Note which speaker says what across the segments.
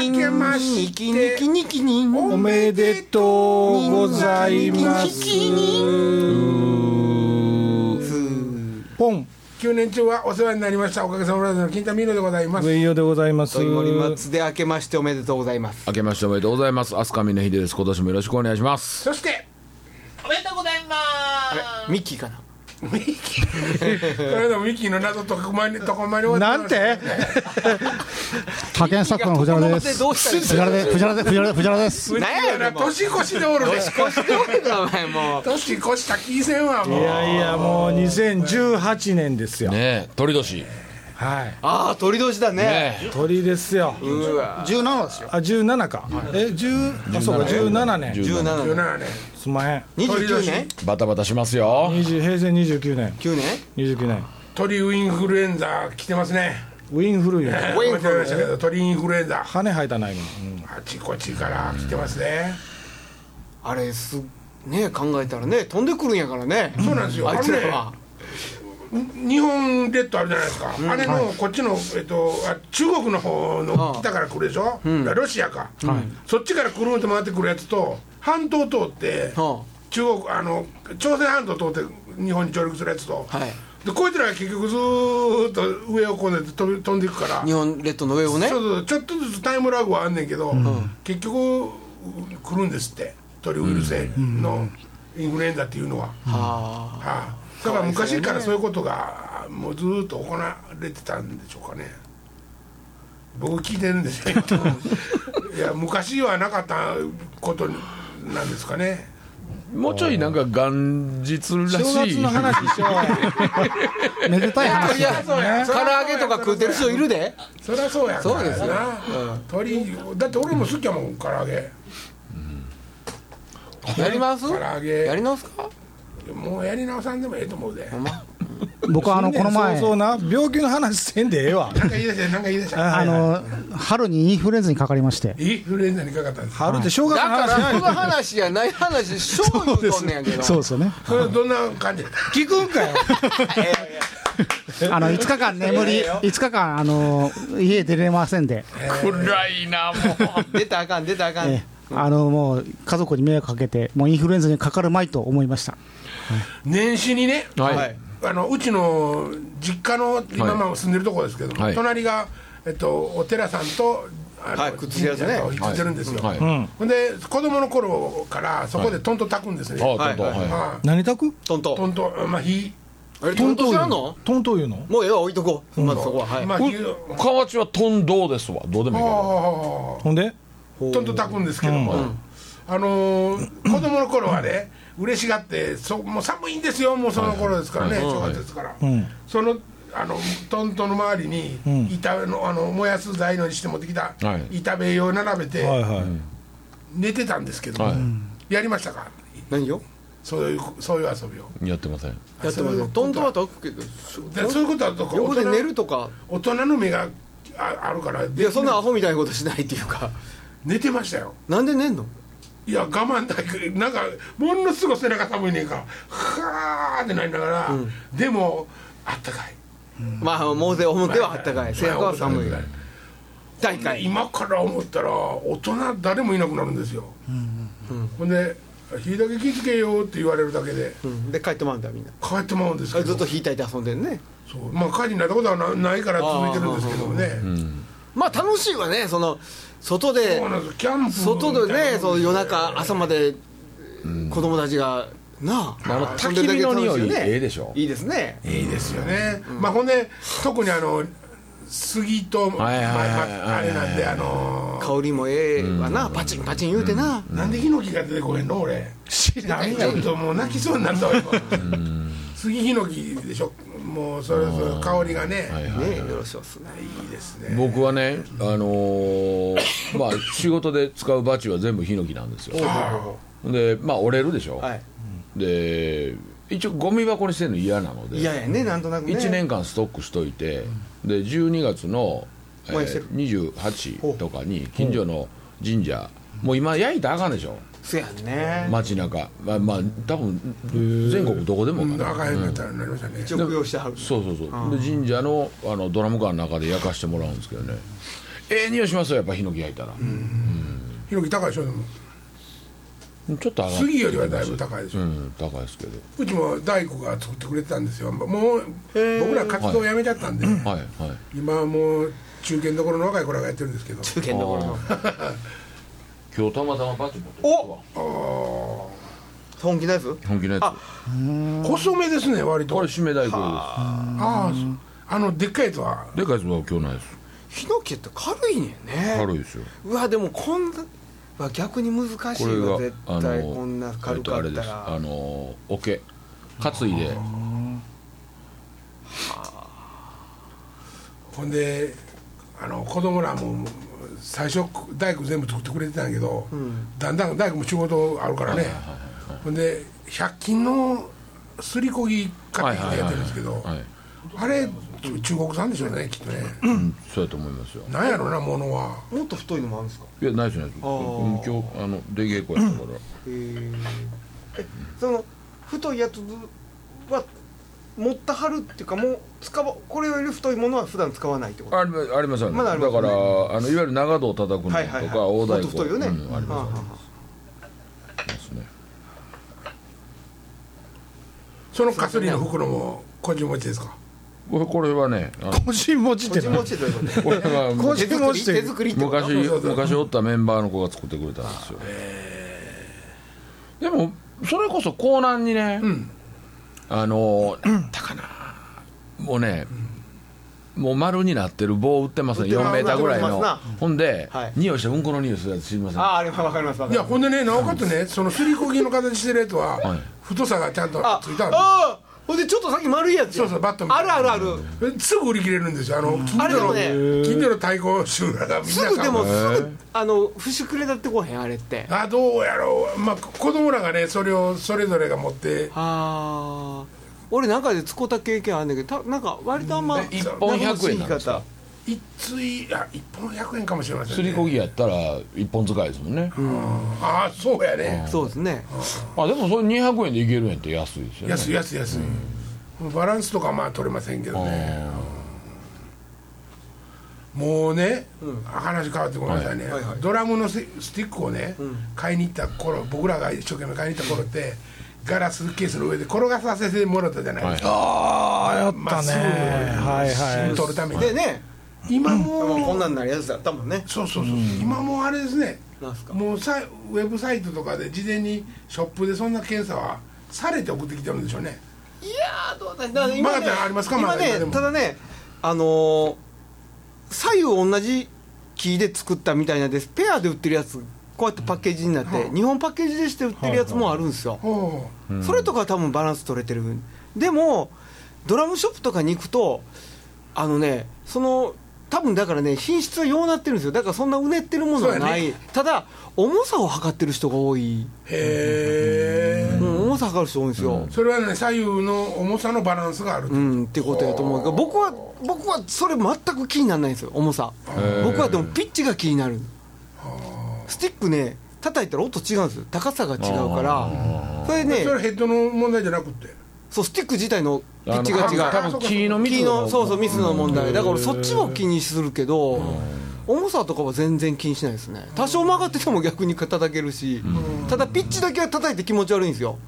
Speaker 1: にん
Speaker 2: けまして
Speaker 1: にきにきにきにん
Speaker 2: お
Speaker 3: おめでとうございます
Speaker 1: にん
Speaker 3: ポン
Speaker 2: 9年中はお世話になりましたおかげさまでの金田美濃でございます
Speaker 3: 上井でございます
Speaker 4: 鳥森松で明けましておめでとうございます
Speaker 5: 明けましておめでとうございます。飛鳥峰秀です。今年もよろしくお願いします。
Speaker 2: そして
Speaker 1: おめでとうございま
Speaker 4: あれ
Speaker 1: す
Speaker 4: ミッキーかな
Speaker 2: これでもミキの謎とこまにとこまに終わ
Speaker 3: な
Speaker 2: って
Speaker 3: ん
Speaker 2: ます
Speaker 3: て
Speaker 6: 派遣作家の藤原で
Speaker 4: いや
Speaker 6: す。
Speaker 4: どうしたんです
Speaker 6: 藤原で藤原で藤原で藤原です。
Speaker 2: うち
Speaker 4: なんやねん
Speaker 2: はな
Speaker 4: もう
Speaker 2: 年越しでおるで
Speaker 4: お前もう
Speaker 2: 年越した気せんわも
Speaker 3: いうやいやもう2018年ですよ、
Speaker 5: ねえ、鳥年。ね
Speaker 3: はい
Speaker 4: ああ鳥年だね
Speaker 5: え。
Speaker 3: 鳥ですよ
Speaker 4: うわ
Speaker 6: 十七ですよ。
Speaker 3: あ17か、え10あそうか17年
Speaker 5: 17
Speaker 4: 17
Speaker 2: 17年
Speaker 3: すんまへん
Speaker 4: 29年
Speaker 5: バタバタしますよ。
Speaker 3: 20平成29年
Speaker 4: 9年
Speaker 3: 29年
Speaker 2: 鳥インフルエンザ来てますね
Speaker 3: ウィンフルエン
Speaker 2: 覚えてましたけど鳥インフルエンザ
Speaker 3: 羽生えたな今、うん
Speaker 2: あちこちから来てますね
Speaker 4: あれすねえ考えたらね飛んでくるんやからね
Speaker 2: そうなんですよ
Speaker 4: あいつらは
Speaker 2: 日本列島あるじゃないですか、あれのこっちの、えっと、あ中国の方の
Speaker 4: ああ
Speaker 2: 北から来るでしょ、ロシアか、そっちからくるんと回ってくるやつと半島通って
Speaker 4: は
Speaker 2: 中国あの朝鮮半島通って日本に上陸するやつと、
Speaker 4: あはい
Speaker 2: でこいつらは結局ずーっと上をこねて飛び飛んでいくから
Speaker 4: 日本列島の上をね
Speaker 2: ちょっとちょっとずつタイムラグはあんねんけど、結局来るんですって鳥ウイルスのインフルエンザっていうのは。
Speaker 4: はあ
Speaker 2: はあ、だから昔からそういうことがもうずーっと行われてたんでしょうかね僕聞いてるんですけ どいや昔はなかったことなんですかね
Speaker 5: もうちょいなんか元日ら
Speaker 3: 正
Speaker 5: し
Speaker 3: 月
Speaker 5: い
Speaker 3: の。話しよ
Speaker 6: めでたい話。
Speaker 4: いや唐揚げとか食うてる人いるで
Speaker 2: そりゃそうやん
Speaker 4: そうですよ
Speaker 2: な、鳥だって俺も好きやもん唐揚げ
Speaker 4: やります
Speaker 2: 唐揚げ
Speaker 4: やり直すか
Speaker 2: もうやり直さんでもええと思うでなんか
Speaker 6: 僕はあの
Speaker 3: う
Speaker 6: この前
Speaker 3: そうそうな病気の話せんでええ わ
Speaker 2: 言い出してなんか言い出した
Speaker 6: あの春にインフルエンザにかかりまして。
Speaker 2: インフルエンザにかかったんです
Speaker 3: 春って正月
Speaker 4: だ
Speaker 3: の
Speaker 4: か
Speaker 3: 話
Speaker 4: ら
Speaker 3: し
Speaker 4: そ
Speaker 3: ない
Speaker 4: の話やない話しょう言うとんねん やけど
Speaker 6: そうですよね。
Speaker 2: それはどんな感じだっ
Speaker 3: 聞くんかよ
Speaker 6: あの5日間眠り5日間あの家出れませんで、
Speaker 5: 暗いな、も
Speaker 4: 出たらあかん出たらあかん
Speaker 6: ええあのもう家族に迷惑かけてもうインフルエンザにかかるまいと思いました。
Speaker 2: た 年始にね
Speaker 5: う。は
Speaker 4: はいい。
Speaker 2: あのうちの実家の今まあ住んでるところですけども、
Speaker 5: はい
Speaker 2: 隣が、えっと、お寺さんとあの
Speaker 4: はいくっついてるやつ
Speaker 2: 神社
Speaker 4: ね
Speaker 2: とくっついてるんですよ、
Speaker 5: はい。
Speaker 3: ん
Speaker 5: あ、
Speaker 2: ほんで子供の頃からそこでトント炊くんですね、
Speaker 5: どうぞ。
Speaker 4: はいはい
Speaker 5: は
Speaker 2: ま
Speaker 3: 何炊く
Speaker 4: トン
Speaker 2: あ、ト
Speaker 4: ト
Speaker 2: ントまあ火、
Speaker 4: ンあれトント知らん
Speaker 3: 言う
Speaker 4: の
Speaker 3: トントン言うの
Speaker 4: もうええわ置いとこうまずそこははい
Speaker 2: まあ
Speaker 5: い。
Speaker 2: 火を
Speaker 5: う河内はトンドーですわ。どうでもいいか
Speaker 2: ほ
Speaker 3: ほんで
Speaker 2: うトント炊くんですけども、あのー子供の頃はね嬉しがってそもう寒いんですよもうその頃ですからね、
Speaker 5: はいはい
Speaker 2: 正
Speaker 5: はい
Speaker 2: 月ですから、
Speaker 3: うん
Speaker 2: そのあのトントの周りに
Speaker 3: ん
Speaker 2: 板のあの燃やす材料にして持ってきた
Speaker 5: はい
Speaker 2: 板塀を並べて、
Speaker 3: はいはい、
Speaker 2: 寝てたんですけど、
Speaker 5: ら。は
Speaker 2: やりましたか
Speaker 4: 何よ
Speaker 2: そういうそういう遊びを
Speaker 5: い。やってません。
Speaker 4: やってま
Speaker 2: そういう
Speaker 4: す
Speaker 2: こと
Speaker 4: トントンは炊くけど
Speaker 2: でそういうことだとこう
Speaker 4: 横で
Speaker 2: 大人
Speaker 4: 寝るとか
Speaker 2: 大人の目がああるから
Speaker 4: いやそんなアホみたいなことしないっていうか
Speaker 2: 寝てましたよ
Speaker 4: なんで寝んの
Speaker 2: いや我慢だけなんかものすごい背中寒いねんからはーってなりながら、でもあったかい
Speaker 4: まあもうぜ表はあったかい背中は寒い大会
Speaker 2: 今から思ったら大人誰もいなくなるんですよ、ほんで「火だけ気づけよ」って言われるだけで
Speaker 4: うんで帰ってまうんだみんな
Speaker 2: 帰ってまうんですけど
Speaker 4: ずっと引いたいて遊んでんね
Speaker 2: そうまあ火事になったことはなないから続いてるんですけどもね、
Speaker 4: まあ楽しいわねその外で
Speaker 2: そうなんですよキャンプ
Speaker 4: 外でねその夜
Speaker 2: み
Speaker 4: 中朝まで子供たちがなあ
Speaker 5: あの
Speaker 4: 遊んでるだけで楽しいよ
Speaker 5: 焚き火の匂いええでしょ
Speaker 4: いいですね
Speaker 2: たいないいですよね、まあほんで特にあの杉と、
Speaker 5: はいはいはい
Speaker 2: まあまああれなんであのー
Speaker 4: 香りもええわなパチンパチン言うてな
Speaker 2: なんでヒノキが出てこへんの俺知らんちょっともう泣きそうになったわ今杉ヒノキでしょもうそれぞれ香りがね、
Speaker 5: はい
Speaker 2: い、
Speaker 5: はい。
Speaker 4: ねよろしおすね
Speaker 2: いですね
Speaker 5: 僕はね、あの ー、まあ、仕事で使うバチは全部ヒノキなんですよ。
Speaker 2: あ
Speaker 5: で、まあ、折れるでしょ。
Speaker 4: はい
Speaker 5: で、一応ゴミ箱にしてるの嫌なので。
Speaker 4: いやいやねなんとなくね
Speaker 5: 1年間ストックしといて、で12月の、え
Speaker 4: 燃やしてる
Speaker 5: ー、28とかに近所の神社もう今焼いたらあかんでしょ
Speaker 4: そやんね
Speaker 5: 街中まあまあ多分全国どこでも
Speaker 2: あ
Speaker 5: かな
Speaker 2: 赤いになったらなりましたね
Speaker 4: 一応供養してはる
Speaker 5: そうそうそうで神社のあのドラム缶の中で焼かしてもらうんですけどねええ匂いしますよやっぱヒノキ焼いたら、
Speaker 2: ヒノキ高いでしょでも
Speaker 5: ちょっと上がって
Speaker 2: 杉よりはだいぶ高いでし
Speaker 5: う
Speaker 2: ょ、うん
Speaker 5: 高いですけど
Speaker 2: ちも大工が作ってくれてたんですよもう僕ら活動をやめちゃったんで、
Speaker 5: はいはい
Speaker 2: 今はもう中堅どころの若い子らがやってるんですけど
Speaker 4: 受験どころの
Speaker 5: 今日たまたまバチ持ってきたわ
Speaker 4: 本気のやつ
Speaker 5: 本気のやつ
Speaker 4: あ
Speaker 2: 細めですね割と
Speaker 5: こ
Speaker 2: あ
Speaker 5: れ締め大根で
Speaker 2: あそうあのでっかいやつは
Speaker 5: すでかいやつは今日ないです
Speaker 4: ヒノキって軽いねんね
Speaker 5: 軽いですよ
Speaker 4: うわでもこんなうわ逆に難しいわ
Speaker 5: これ
Speaker 4: 絶
Speaker 5: があ
Speaker 4: 対
Speaker 5: の
Speaker 4: こんな軽か
Speaker 5: えとあれ
Speaker 4: っ
Speaker 5: で
Speaker 4: た
Speaker 5: す
Speaker 4: ら、
Speaker 5: あの桶担いで
Speaker 2: ほんであの子供らも最初大工全部作ってくれてたんやけど、だんだん大工も仕事あるからね、ほんで100均のすりこぎ買ってきてやってるんですけど
Speaker 5: はいはい
Speaker 2: あれ中国産でしょうねきっとね、
Speaker 5: うんそうやと思いますよ
Speaker 2: なんやろなものは
Speaker 4: もっと太いのもあるんですか
Speaker 5: いやないですないです
Speaker 4: あ
Speaker 5: うん今
Speaker 4: ー
Speaker 5: 日あの出稽古やったから
Speaker 4: へーえその太いやつは持ったはるっていうかもう使わこれより太いものは普段使わないってこと
Speaker 5: ありまありますよね
Speaker 4: まだありま
Speaker 5: だ
Speaker 4: すね
Speaker 5: からあのいわゆる長戸を叩くのと
Speaker 4: はいはいはい
Speaker 5: か大
Speaker 4: もっ
Speaker 5: 太
Speaker 4: と
Speaker 5: 鼓
Speaker 4: 太いよね、
Speaker 5: うんあり
Speaker 4: はあは
Speaker 5: ま
Speaker 4: あは
Speaker 5: すね
Speaker 2: そのかすりの袋も個人持ちですか
Speaker 5: これこれはねあの
Speaker 3: 腰持ち
Speaker 4: あ
Speaker 3: っ
Speaker 4: こってち
Speaker 3: な
Speaker 4: 持ちということ
Speaker 5: これは
Speaker 3: こっ
Speaker 4: 手
Speaker 3: ち
Speaker 4: 作
Speaker 3: 持
Speaker 4: り
Speaker 3: ちって
Speaker 4: 手作りってこと
Speaker 5: 昔昔おったメンバーの子が作ってくれたんですよでもそれこそ江南にね、あのなんだったかなもうね、もう丸になってる棒売ってます
Speaker 4: 売
Speaker 5: ね
Speaker 4: って
Speaker 5: 4
Speaker 4: ます
Speaker 5: メーターぐらい
Speaker 4: 売って
Speaker 5: の
Speaker 4: ます
Speaker 5: ほんで、
Speaker 4: はい
Speaker 5: 匂いしてうんこの匂いするやつ知りません
Speaker 4: あああれはわかりますわか
Speaker 2: い
Speaker 4: り
Speaker 2: や
Speaker 4: ます
Speaker 2: ほんでねなおかつねそのすりこぎの形してるやつ
Speaker 5: はい
Speaker 2: は太さがちゃんと
Speaker 4: あ
Speaker 2: ついてある
Speaker 4: あーほんでちょっとさっき丸いやつや
Speaker 2: そうそうバットみた
Speaker 4: あ
Speaker 2: い
Speaker 4: る
Speaker 2: な
Speaker 4: あるある
Speaker 2: すぐ売り切れるんですよあの近
Speaker 4: あれで
Speaker 2: 所
Speaker 4: も
Speaker 2: の、
Speaker 4: ね
Speaker 2: 近所の対抗集団がみん
Speaker 4: す
Speaker 2: な買う
Speaker 4: ぐでもすぐあの節くれだってこうへんあれってあ
Speaker 2: あどうやろうまあ子供らがねそれをそれぞれが持って
Speaker 4: あー俺なんかで使った経験あんだけどたなんか割とあんま
Speaker 2: 一
Speaker 5: 本100円なんですか
Speaker 2: 一対あ一本100円かもしれませんね
Speaker 5: すりこぎやったら一本使いですもんね、
Speaker 2: ああそうやね
Speaker 4: そうですね
Speaker 5: あでもそれ200円でいけるんやって安いですよね
Speaker 2: 安い安い安い、バランスとかはまあ取れませんけどねもうね、話変わってごめんなさいね、
Speaker 4: はいはい
Speaker 2: ドラムのススティックをね、買いに行った頃僕らが一生懸命買いに行った頃ってガラスケースの上で転がさせてもらったじゃないですか、
Speaker 3: ああやっ
Speaker 2: ま
Speaker 3: た
Speaker 2: っ
Speaker 3: ね
Speaker 2: すぐ
Speaker 3: はいはい
Speaker 2: 取るために、
Speaker 4: でね
Speaker 2: 今も、
Speaker 4: こんなんなるやつだったもんね
Speaker 2: そうそうそう、今もうあれですね
Speaker 4: なんすか
Speaker 2: もうさウェブサイトとかで事前にショップでそんな検査はされて送ってきてるんでしょうね
Speaker 4: いやーどうだだから今
Speaker 2: まだありますかま
Speaker 4: 今
Speaker 2: だ
Speaker 4: ね
Speaker 2: 今でも
Speaker 4: ただねあのー左右同じ木で作ったみたいなんですペアで売ってるやつこうやってパッケージになって、日本パッケージでして売ってるやつもあるんですよ、
Speaker 2: ほう
Speaker 4: それとかは多分バランス取れてるでもドラムショップとかに行くとあのねその多分だからね品質はようなってるんですよだからそんなうねってるものはない、
Speaker 2: そう
Speaker 4: ただ重さを測ってる人が多い、
Speaker 2: へえ、
Speaker 4: うん重さ測る人多いんですよ、
Speaker 2: それはね左右の重さのバランスがあると、
Speaker 4: うん、ってことやと思うけど僕は僕はそれ全く気にならないんですよ重さ僕はでもピッチが気になるスティックね叩いたら音違うんですよ高さが違うからそれね
Speaker 2: それはヘッドの問題じゃなくて
Speaker 4: そうスティック自体のピ
Speaker 5: あ
Speaker 4: ッ
Speaker 5: の
Speaker 4: チが違う
Speaker 5: 多分木の
Speaker 4: キ
Speaker 5: 密
Speaker 4: ー
Speaker 5: 度
Speaker 4: のそうそうミスの問題だから俺そっちも気にするけど重さとかは全然気にしないですね多少曲がってても逆に叩けるしただピッチだけは叩いて気持ち悪いんですよ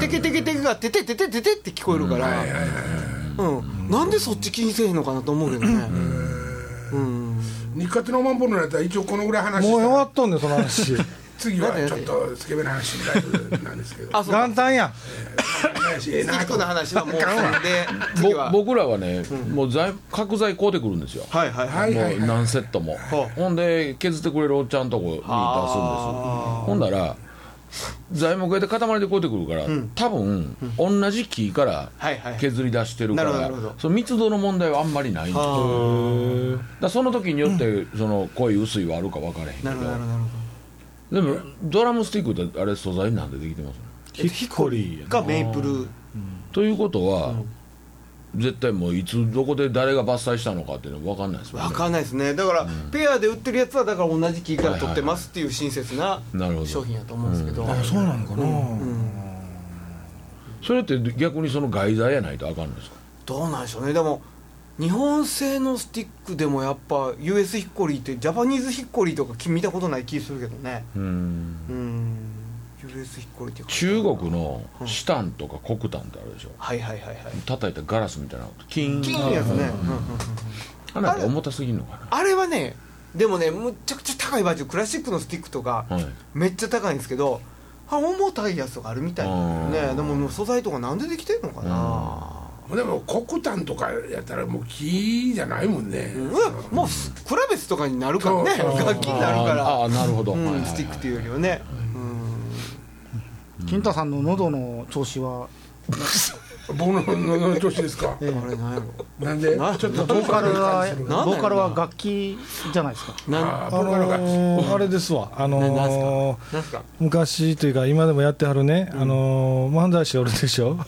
Speaker 4: テケテケテケがテテテテテテって聞こえるからうんなんでそっち気にせえへんのかなと思うけどねうん
Speaker 2: 日活のマンボルのやったら一応このぐらい話
Speaker 3: もう
Speaker 2: し
Speaker 3: 終
Speaker 2: た
Speaker 3: わ
Speaker 2: ら
Speaker 3: っとんねんその話
Speaker 2: 次はちょっとスケベな話になるなんですけど
Speaker 4: あそう か
Speaker 3: 元旦や
Speaker 2: ないしええ
Speaker 4: スティ
Speaker 2: な
Speaker 4: ッ
Speaker 2: と
Speaker 4: クの話はもうそれで次は
Speaker 5: ぼ僕らはね、もう材角材買うてくるんですよ
Speaker 4: はいはいはい
Speaker 2: はいはい
Speaker 5: もう何セットも、
Speaker 4: はあ
Speaker 5: ほんで削ってくれるおっちゃんとこに出すんです
Speaker 4: あ
Speaker 5: ほんなら材木屋で塊でこうてくるから、多分、同じ木から
Speaker 4: はいはい
Speaker 5: 削り出してるから、
Speaker 4: なるほどなるほど
Speaker 5: その密度の問題はあんまりないんですよ
Speaker 4: あ
Speaker 5: だからその時によって、その濃い薄いはあるか分からへんけ
Speaker 4: あな
Speaker 5: ど
Speaker 4: るほどなるほどなるほ
Speaker 5: でもドラムスティックってあれ素材なんでできてますね
Speaker 3: ヒコリーや
Speaker 4: どがメイプル
Speaker 5: ということは、絶対もういつどこで誰が伐採したのかっていうのは分かんないですもんね
Speaker 4: わかんないですねだから、ペアで売ってるやつはだから同じ木から取ってますっていう親切な
Speaker 5: なるほど
Speaker 4: 商品やと思うんですけど、
Speaker 3: あそうなのかな
Speaker 5: それって逆にその外材やないとあかんのですか
Speaker 4: どうなんでしょうねでも日本製のスティックでもやっぱ US ヒッコリーってジャパニーズヒッコリーとかき見たことない気するけどね
Speaker 5: うん
Speaker 4: うん US ヒッコリーって
Speaker 5: 中国のシタンとか黒炭ってあるでしょ
Speaker 4: はいはいはいはい
Speaker 5: 叩いたガラスみたいなキーン
Speaker 4: 金のやつね、うんうんうん
Speaker 5: 花が重たすぎるのかな
Speaker 4: あれはねでもねむっちゃくちゃ高いバージョンクラシックのスティックとか、
Speaker 5: はい
Speaker 4: めっちゃ高いんですけどあ重たいやつとかあるみたいなんだよ
Speaker 5: う
Speaker 4: ね
Speaker 5: ん
Speaker 4: でももう素材とかなんでできてんのかな
Speaker 2: でも黒炭とかやったらもう木じゃないもんね、
Speaker 4: うんもうす比べつとかになるからね
Speaker 2: そうそう
Speaker 4: 楽器になるから
Speaker 5: あーあーなるほど、
Speaker 4: う
Speaker 5: はいはい
Speaker 4: ん
Speaker 5: はい
Speaker 4: スティックっていうよりはねうん
Speaker 6: 金太さんの喉の調子は
Speaker 2: 僕ののの年ですか
Speaker 4: あれなんや
Speaker 2: なんで
Speaker 4: な
Speaker 2: ちょっと
Speaker 6: ボーカルは
Speaker 2: 遠くから感じする
Speaker 4: な
Speaker 6: ボーカルは楽器じゃないですか
Speaker 4: ろなん
Speaker 2: あー
Speaker 3: あ
Speaker 2: ボーカルが、
Speaker 3: のーあれですわあ
Speaker 4: ななんす
Speaker 3: のー
Speaker 4: なんすか
Speaker 3: 昔というか今でもやってはるね、あのー漫才師おるでしょ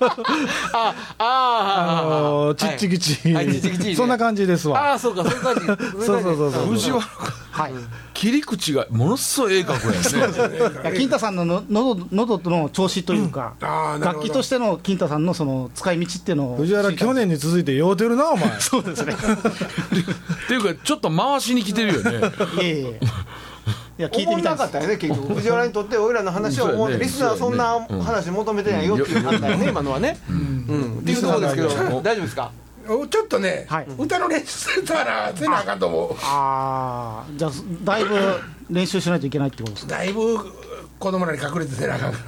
Speaker 4: あ
Speaker 3: あ
Speaker 4: あ
Speaker 3: のーちっちきち、
Speaker 4: はいちっちきちね
Speaker 3: そんな感じですわ
Speaker 4: ああそうかそういう感じそう
Speaker 3: そうそうそうそう
Speaker 5: 藤原
Speaker 6: はい
Speaker 5: 切り口がものすごい鋭角やね
Speaker 6: いや金太さんのの喉喉の調子というか、
Speaker 2: あーなる
Speaker 6: 楽
Speaker 2: ほど
Speaker 6: 器としての金太さんのその使い道っていうのを
Speaker 3: 藤原去年に続いて酔うてるなお 前
Speaker 6: そうですね
Speaker 5: っていうかちょっと回しに来てるよね
Speaker 6: いえいえいや聞いて
Speaker 4: 思
Speaker 6: み
Speaker 4: ん
Speaker 6: た
Speaker 4: な
Speaker 6: いで
Speaker 4: か
Speaker 6: す
Speaker 4: ったよね結局藤原にとって俺らの話は思
Speaker 5: そう
Speaker 4: う
Speaker 5: やね
Speaker 4: リスナーはそんな
Speaker 5: そうやねうん
Speaker 4: 話求めてないよっていう判断よね今のはねうんっていうところですけど
Speaker 3: リスナ
Speaker 5: ーが
Speaker 4: 大丈夫ですか
Speaker 2: おちょっとね、
Speaker 6: はい
Speaker 2: 歌の練習してたらせなあかんと思う
Speaker 6: ああじゃあだいぶ練習しないといけないってことですね
Speaker 2: だいぶ子供らに隠れてせなあかんか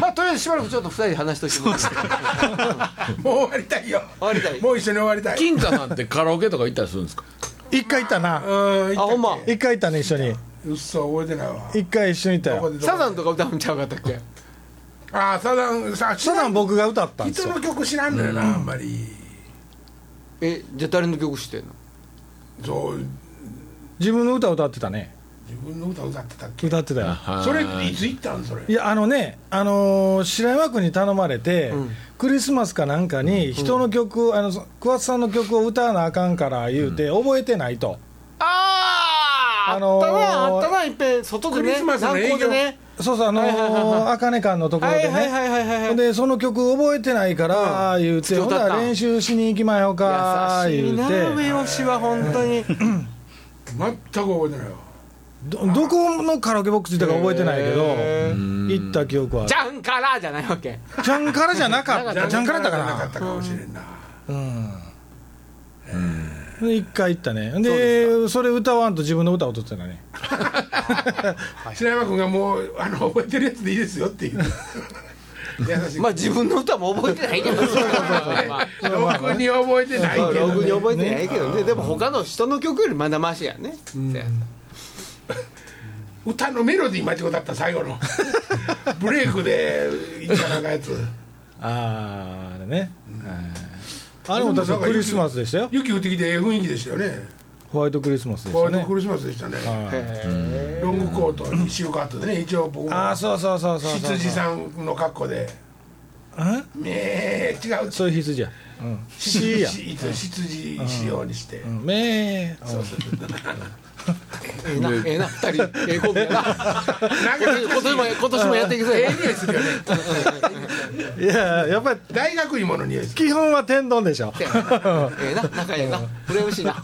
Speaker 4: まあとりあえずしばらくちょっと二人で話しときます
Speaker 2: らもう終わりたいよ
Speaker 4: 終わりたい
Speaker 2: もう一緒に終わりたい
Speaker 5: 金太さんってカラオケとか行ったりするんですか
Speaker 3: 一回行った
Speaker 2: う
Speaker 3: な
Speaker 2: ーん
Speaker 4: あほんま
Speaker 3: 一回行ったね一緒に
Speaker 2: うっそ覚えてないわ
Speaker 3: 一回一緒に行ったよ
Speaker 4: サザンとか歌うんちゃうかったっけ
Speaker 2: ああサザンさ知
Speaker 3: サ
Speaker 2: ら
Speaker 3: ザン
Speaker 2: ん
Speaker 3: 僕が歌ったんです
Speaker 2: 人
Speaker 3: よ
Speaker 2: の曲知らんのよな、あんまり
Speaker 4: えじゃあ誰の曲知ってんの
Speaker 2: そう
Speaker 3: 自分の歌を歌ってたね
Speaker 2: 自分の歌歌ってたっけ
Speaker 3: 歌ってたよ
Speaker 2: それいつ行ったんそれ
Speaker 3: いやあのね、あのー白山君に頼まれて、クリスマスかなんかに人の曲、あのそ桑田さんの曲を歌わなあかんから言うて、覚えてないと、
Speaker 4: あー
Speaker 3: あのー
Speaker 4: あったなあったないっぺん外でね
Speaker 2: クリスマスの営業
Speaker 4: 南港でね
Speaker 3: そうそう、あの
Speaker 4: はいはいはいは
Speaker 3: ー、あかね館のところ
Speaker 4: は
Speaker 3: で
Speaker 4: い
Speaker 3: ね、
Speaker 4: はいはいはいはいはい
Speaker 3: でその曲覚えてないから言うて、
Speaker 4: うん
Speaker 3: ほんな
Speaker 4: 作った
Speaker 3: ら練習しに行きまよか
Speaker 4: 優し
Speaker 3: 言
Speaker 4: いうな
Speaker 3: て
Speaker 4: 上吉は本当に
Speaker 2: 全く覚えてないわ
Speaker 3: ど、どこのカラオケボックス行ったか覚えてないけど、
Speaker 4: へ
Speaker 3: 行った記憶はあ
Speaker 4: ジ
Speaker 3: る、
Speaker 4: ャンカラーじゃないわけ
Speaker 3: ちゃんからじゃなかった、ちゃんからだか
Speaker 2: なかった
Speaker 3: ら、
Speaker 2: かもしれんな、
Speaker 3: で一回行ったね、でそれ歌わんと自分の歌を歌ってたね。
Speaker 2: 白山君がもうあの覚えてるやつでいいですよっていう 優しい
Speaker 4: まあ自分の歌も覚えてない けど
Speaker 2: 僕に覚えてないけ
Speaker 4: ロ
Speaker 2: ど
Speaker 4: グに覚えてないけどねでも他の人の曲よりまだマシやね
Speaker 2: 歌のメロディー間違ったった最後 のブレイクでいかなんかやつ
Speaker 3: あーあれね、あれも確かクリスマスでしたよ
Speaker 2: 雪降ってきてええ雰囲気でしたよね
Speaker 3: ホワイトクリスマスでし
Speaker 2: ホワ
Speaker 3: た
Speaker 2: イト
Speaker 3: ね
Speaker 2: クリスマスでしたね
Speaker 3: はい
Speaker 2: ロングコートにシルクハットでね一応僕
Speaker 3: ああ
Speaker 2: も
Speaker 3: そうそうそうそうそう
Speaker 2: 羊さんの格好で
Speaker 3: ん
Speaker 2: めえ違 う
Speaker 3: そういう羊や、うん、羊や、
Speaker 2: 羊羊仕様にして
Speaker 3: うん、めー
Speaker 4: ええなええな二人ええコンビやな
Speaker 2: なんか
Speaker 4: 今年も今年もやっていくぞ
Speaker 2: ええ匂いするよね
Speaker 3: いややっぱり
Speaker 2: 大学芋の匂いする
Speaker 3: 基本は天丼でしょ
Speaker 4: ええな仲ええな羨ましいな
Speaker 2: さ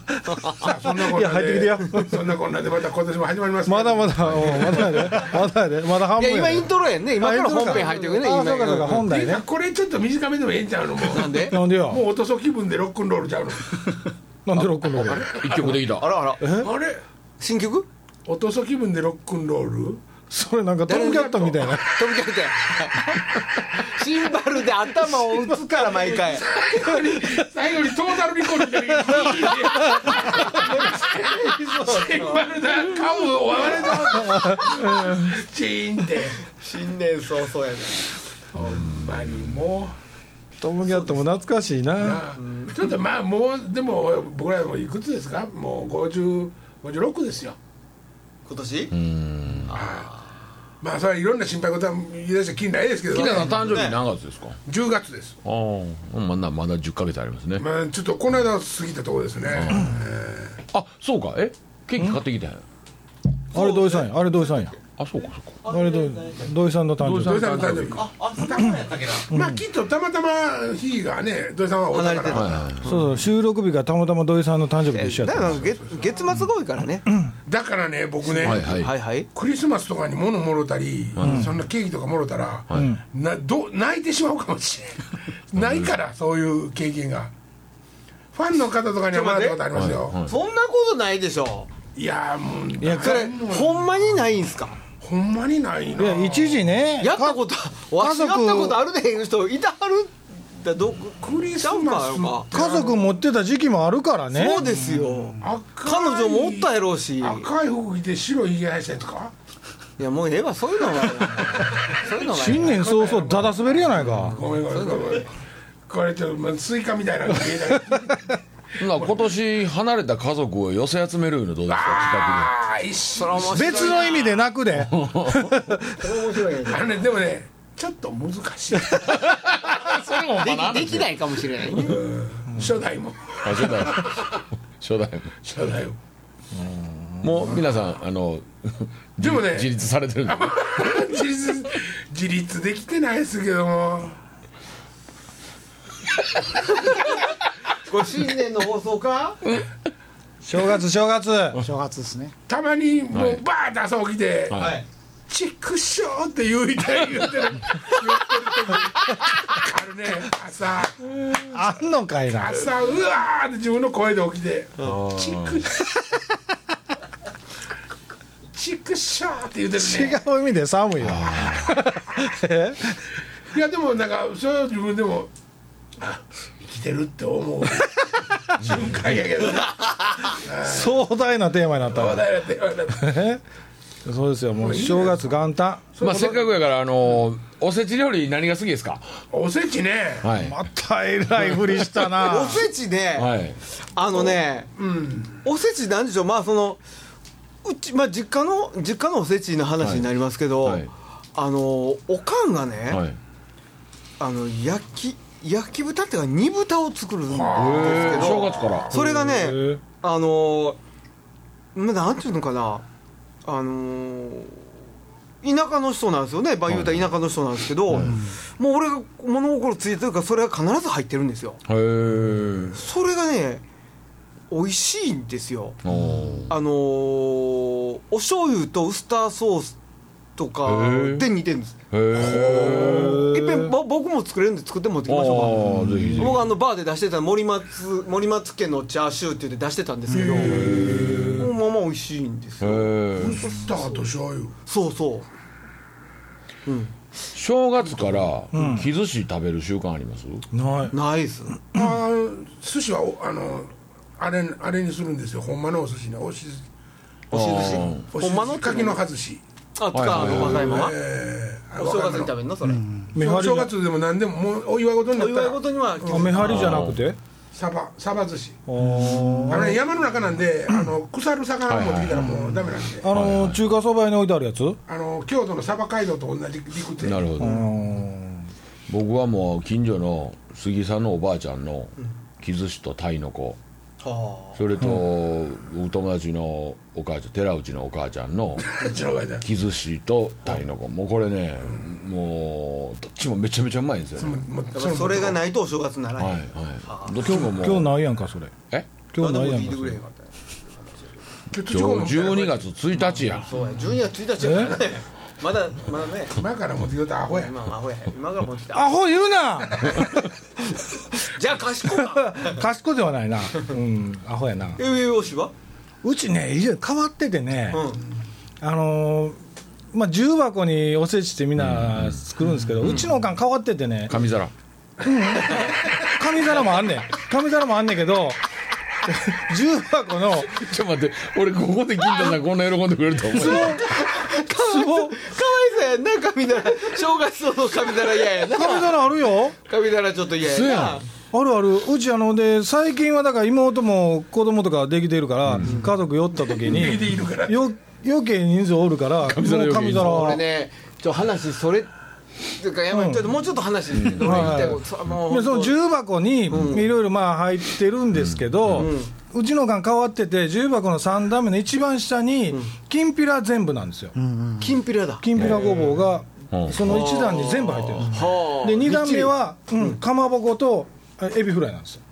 Speaker 2: あそんなこん
Speaker 3: いや
Speaker 2: な
Speaker 3: 入ってき
Speaker 2: で
Speaker 3: てよ
Speaker 2: そんなこんなでまた今年も始まります
Speaker 3: まだまだおうまだやでまだやでまだ半
Speaker 4: いや
Speaker 3: 分
Speaker 4: 今
Speaker 3: や
Speaker 4: イ
Speaker 3: で
Speaker 4: ントロやんね今から本編入っていくね
Speaker 3: あ
Speaker 4: 今
Speaker 3: あそうかそうか本
Speaker 2: てい
Speaker 3: 題
Speaker 2: う
Speaker 3: ね
Speaker 2: かこれちょっと短めでもええんちゃうのも
Speaker 4: なんで
Speaker 3: なんで
Speaker 2: う
Speaker 3: よ
Speaker 2: もう落とそ気分でロックンロールちゃうの
Speaker 3: なんでロックンロール
Speaker 5: 一曲できた
Speaker 4: あらあら
Speaker 2: あれ
Speaker 4: 新曲
Speaker 2: 落とそ気分でロックンロール
Speaker 3: それなんかトムキャットみたいな
Speaker 4: 飛びかけてシンバルで頭を打つから毎回
Speaker 2: 最後にトータルリコールみたい な シンバルだカム終われたチーンって
Speaker 4: 新年早々やね
Speaker 2: ほんまにも
Speaker 3: トムキャットも懐かしいうな
Speaker 2: なちょっとまあもうでも僕らもいくつですかもう5056ですよ
Speaker 4: 今年
Speaker 2: まあそれはいろんな心配事は言い出して近来ですけど
Speaker 5: 金太さん誕生日何月ですかあ
Speaker 2: 10月です
Speaker 5: あーまだまだ10ヶ月ありますね
Speaker 2: まあちょっとこの間過ぎたところですね
Speaker 5: あそうかえケーキ買ってきたんや
Speaker 3: あれ土井さんやあれ土井さんや
Speaker 5: あそうかそうか
Speaker 3: あれどう土井さんの誕生
Speaker 5: 土井
Speaker 3: 日
Speaker 2: 土
Speaker 5: さん
Speaker 2: 井さんの誕生日
Speaker 1: あ、あ、そうやったっけな。
Speaker 2: まあきっとたまたま日がね土井さんはおった
Speaker 4: 離れて
Speaker 2: から
Speaker 4: た
Speaker 5: はいはい
Speaker 3: そうそう収録日がたまたま土井さんの誕生日と一緒
Speaker 4: だ
Speaker 3: やっ
Speaker 4: か
Speaker 3: た
Speaker 4: ら月月末が多いからね、
Speaker 2: だからね僕ね、
Speaker 5: はいはい
Speaker 4: はいはい
Speaker 2: クリスマスとかに物もろたり、そんなケーキとかもろたら、など泣いてしまうかもしれないないからそういう経験がファンの方とかにはもらったことありますよ、
Speaker 5: はいはい
Speaker 4: そんなことないでしょ
Speaker 2: い、やーもうい
Speaker 3: や
Speaker 4: それほんまにないんすか
Speaker 2: ほんまにないない
Speaker 3: や一時ね
Speaker 4: やったことわしや
Speaker 3: 家
Speaker 4: っ
Speaker 3: 族
Speaker 4: たことあるでいう人いたはるだど
Speaker 2: クリ
Speaker 4: ち
Speaker 2: ス
Speaker 4: ゃうんか
Speaker 2: マ
Speaker 4: や
Speaker 2: ス
Speaker 4: ろか
Speaker 3: 家族持ってた時期もあるからね
Speaker 4: そうですよ
Speaker 2: 赤い
Speaker 4: 彼女もおったやろうし
Speaker 2: 赤い服着て白いひげ生やしたりとか
Speaker 4: いやもうええわそういうの はそういうのは
Speaker 3: 新年早々ダダ滑りやないか
Speaker 2: ごめんごめんごめんこれちょっとまあスイカみたいなの見えたけど
Speaker 5: ほんなら今年離れた家族を寄せ集めるいうのどうですか
Speaker 2: ああ一緒
Speaker 4: 面白い
Speaker 3: 別の意味で泣くで
Speaker 4: 面白いね
Speaker 2: あれでもねちょっと難しい
Speaker 4: できできないかもしれないね
Speaker 2: 初代も
Speaker 5: 自宅であ 初代初代
Speaker 2: 初代も
Speaker 5: もう皆さんあの
Speaker 2: でもね
Speaker 5: 自立されてるんで
Speaker 2: 自立自立できてないですけども
Speaker 4: これ新年の放送か
Speaker 3: 正月正月
Speaker 6: 正月ですね
Speaker 2: たまにも
Speaker 5: は
Speaker 2: う
Speaker 5: い
Speaker 2: バーッて朝起きて
Speaker 5: はい
Speaker 1: い
Speaker 2: 「チックショー」って言うたい言うてる言ってる時あるね朝
Speaker 3: あんのかいな
Speaker 2: 朝うわーって自分の声で起きて「チックショー」チックショーって言うて
Speaker 3: 違
Speaker 2: るね
Speaker 3: う意味で寒いわえ
Speaker 2: いやでもなんかそれは自分でもあ生きてるって 思う瞬間やけどね
Speaker 3: 壮大なテーマになった
Speaker 2: 話
Speaker 3: わ
Speaker 2: 題だって言われた
Speaker 3: えそうですよもう正月元旦
Speaker 5: まあせっかくやからあのおせち料理何が好きですか
Speaker 2: おせちね
Speaker 5: はい
Speaker 3: またえらいふりしたな
Speaker 4: おせちね
Speaker 5: はい
Speaker 4: あのねおせちなんでしょうまあそのうちまあ実家の実家のおせちの話になりますけど
Speaker 5: はいはい
Speaker 4: あのおかんがね
Speaker 5: はい
Speaker 4: あの焼き焼き豚っていうか煮豚を作るんですけ
Speaker 5: えー正
Speaker 4: ど
Speaker 5: 月から
Speaker 4: それが
Speaker 3: へ
Speaker 4: ね
Speaker 3: え
Speaker 4: あのまあなんていうのかなあの田舎の人なんですよね、まあ、言うたら田舎の人なんですけど、もう俺が物心ついてるからそれが必ず入ってるんですよ
Speaker 5: へえ
Speaker 4: それがね美味しいんですよあのー、お醤油とウスターソースとかで煮てるんですいっぺんぼ僕も作れるんで作って持ってきましょうか
Speaker 5: ああぜひぜ
Speaker 4: 僕あのバーで出してた森松森松家のチャーシューって言って出してたんですけどまあまあ美味しいんです
Speaker 5: ひ
Speaker 4: よ
Speaker 5: へえ
Speaker 2: ウスターと醤油
Speaker 4: そうそう
Speaker 5: 正月から木寿司食べる習慣あります
Speaker 3: ない
Speaker 4: ないです
Speaker 2: まあ寿司はおあのあれあれにするんですよほんまのお寿司ねおし
Speaker 4: おし寿司
Speaker 5: あ
Speaker 2: お
Speaker 4: ほ
Speaker 2: し
Speaker 4: んまの
Speaker 2: かきの外し
Speaker 4: あつかあの若いまま
Speaker 2: えーあれ
Speaker 4: お正月に
Speaker 2: わかんない
Speaker 4: 食べんのそれ
Speaker 3: め
Speaker 2: の
Speaker 3: はり
Speaker 2: 正月でも何でももうお祝い事にな
Speaker 4: お
Speaker 2: った
Speaker 4: 祝い
Speaker 2: ら
Speaker 4: 事には
Speaker 3: あめはりじゃなくて
Speaker 2: サバサバ寿司
Speaker 3: あー
Speaker 2: あれ山の中なんであの腐る魚持ってきたらもうダメなんで
Speaker 3: あの中華そば屋に置いてあるやつ
Speaker 2: あの京都のサバ街道と同じ陸って
Speaker 5: なるほど僕はもう近所の杉さんのおばあちゃんの木寿司とタイの子
Speaker 4: あ
Speaker 5: それとお友達のお母ちゃん寺内のお母ちゃん
Speaker 2: こ
Speaker 5: の
Speaker 2: っちの方が
Speaker 5: 木寿司とタイの子もうこれねもうどっちもめちゃめちゃうまいんですよね
Speaker 2: もう
Speaker 4: あそれがないとお正月なら
Speaker 5: はい
Speaker 4: へん
Speaker 5: はいどっちも
Speaker 3: 今日
Speaker 5: もう
Speaker 3: ないやんかそれ
Speaker 5: え
Speaker 3: 今
Speaker 4: 何
Speaker 3: 日
Speaker 4: で
Speaker 3: な
Speaker 4: も
Speaker 3: いやんかそ
Speaker 4: 聞いてくれ
Speaker 3: れ
Speaker 4: へんかったよ
Speaker 2: 今日
Speaker 5: 今日
Speaker 2: 土地公の
Speaker 5: 12月1日や
Speaker 4: そうや12月1日やからねまだまだね
Speaker 2: 前から持ってきたアホや
Speaker 4: 今アホや今から持ってきた
Speaker 3: アホ言うな
Speaker 4: じゃあ賢か
Speaker 3: 賢ではないなうんアホやな
Speaker 4: え上用紙は
Speaker 3: うちねいろいろ変わっててね、
Speaker 4: うん
Speaker 3: あのーまあ、重箱におせちってみんな作るんですけど、うちのおかん変わっててね
Speaker 5: 紙皿
Speaker 3: 紙皿もあんねん紙皿もあんねんけど 重箱 の
Speaker 5: ちょっと待って俺ここで金太さんこんな喜んでくれると思う
Speaker 3: 壺
Speaker 4: かわいそうやんな神棚正月の神棚嫌やな
Speaker 3: 紙皿あるよ
Speaker 4: 神棚ちょっと嫌や
Speaker 5: そうや
Speaker 4: なん
Speaker 3: あるあるうちあので最近はだから妹も子供とかできているから、家族寄った時に
Speaker 2: いるから
Speaker 3: よ余計人数おるから
Speaker 5: 紙皿
Speaker 3: もう
Speaker 5: 余計人数
Speaker 4: 俺ねちょ話それっていうかやめちょっともうちょっと話してどれ言いたいことそうも
Speaker 3: で
Speaker 4: う
Speaker 3: その重箱にいろいろまあ入ってるんですけど、うちのがん変わってて重箱の3段目の一番下にきんぴら全部なんですよ、
Speaker 4: きんぴらだ
Speaker 3: きんぴらごぼうが
Speaker 5: うん
Speaker 3: その1段に全部入ってるんです
Speaker 4: はあ
Speaker 3: で2段目は、うん、かまぼことえエビフライなんですよ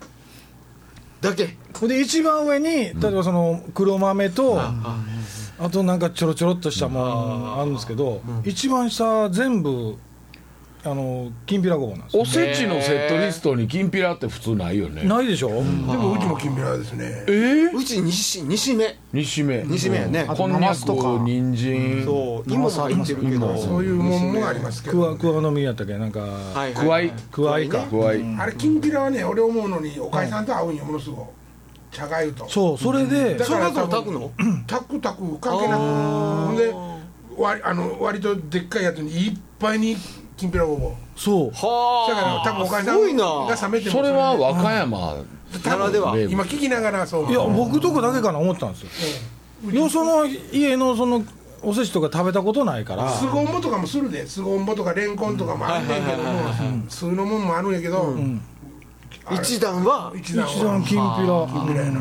Speaker 4: だけ
Speaker 3: で一番上に例えばその黒豆と
Speaker 4: あ
Speaker 3: あとなんかちょろちょろっとしたものあるんですけど一番下全部あのきんぴらごぼうなんですよ
Speaker 5: おせちのセットリストにきんぴらって普通ないよね
Speaker 3: ないでしょ、
Speaker 2: でもうちもきんぴらですね
Speaker 5: えー、
Speaker 4: うち西西目
Speaker 5: 煮しめ
Speaker 4: 煮しめやね
Speaker 5: うんこんにゃく人参
Speaker 4: そう芋も入ってるけど
Speaker 2: そういうもんもありますけ
Speaker 3: ク
Speaker 2: ど
Speaker 3: ワクワの実やったっけなんか、
Speaker 4: はい
Speaker 5: くわ
Speaker 4: はい
Speaker 5: い
Speaker 3: クワイか、
Speaker 5: くわい
Speaker 2: あれきんぴらはね俺思うのにおかみさんと合うんよものすごい茶がゆと
Speaker 3: そうそれで、
Speaker 2: だ
Speaker 4: そ
Speaker 2: か
Speaker 4: れ
Speaker 2: ら
Speaker 4: だと炊くの
Speaker 2: タクタクかけなくほんで割あの割とでっかいやつにいっぱいにきんぴらごぼう
Speaker 3: そう
Speaker 4: はあ
Speaker 2: だから多分おかみさ
Speaker 4: すごい
Speaker 2: ん
Speaker 4: な
Speaker 2: が冷めても
Speaker 5: それは和歌山
Speaker 4: ならでは
Speaker 5: 名
Speaker 2: 今
Speaker 5: 物
Speaker 2: 聞きながらそう思う
Speaker 3: いや僕とこだけかな思ったんですよよその家のそのおせちとか食べたことないから
Speaker 2: すごんぼとかもするですごんぼとかレンコンとかもあるねんけど
Speaker 4: はいはいは
Speaker 2: も普通のもんもあるんやけどあれ
Speaker 4: 一段は
Speaker 2: 一段
Speaker 3: 一番きんぴら
Speaker 2: みたいな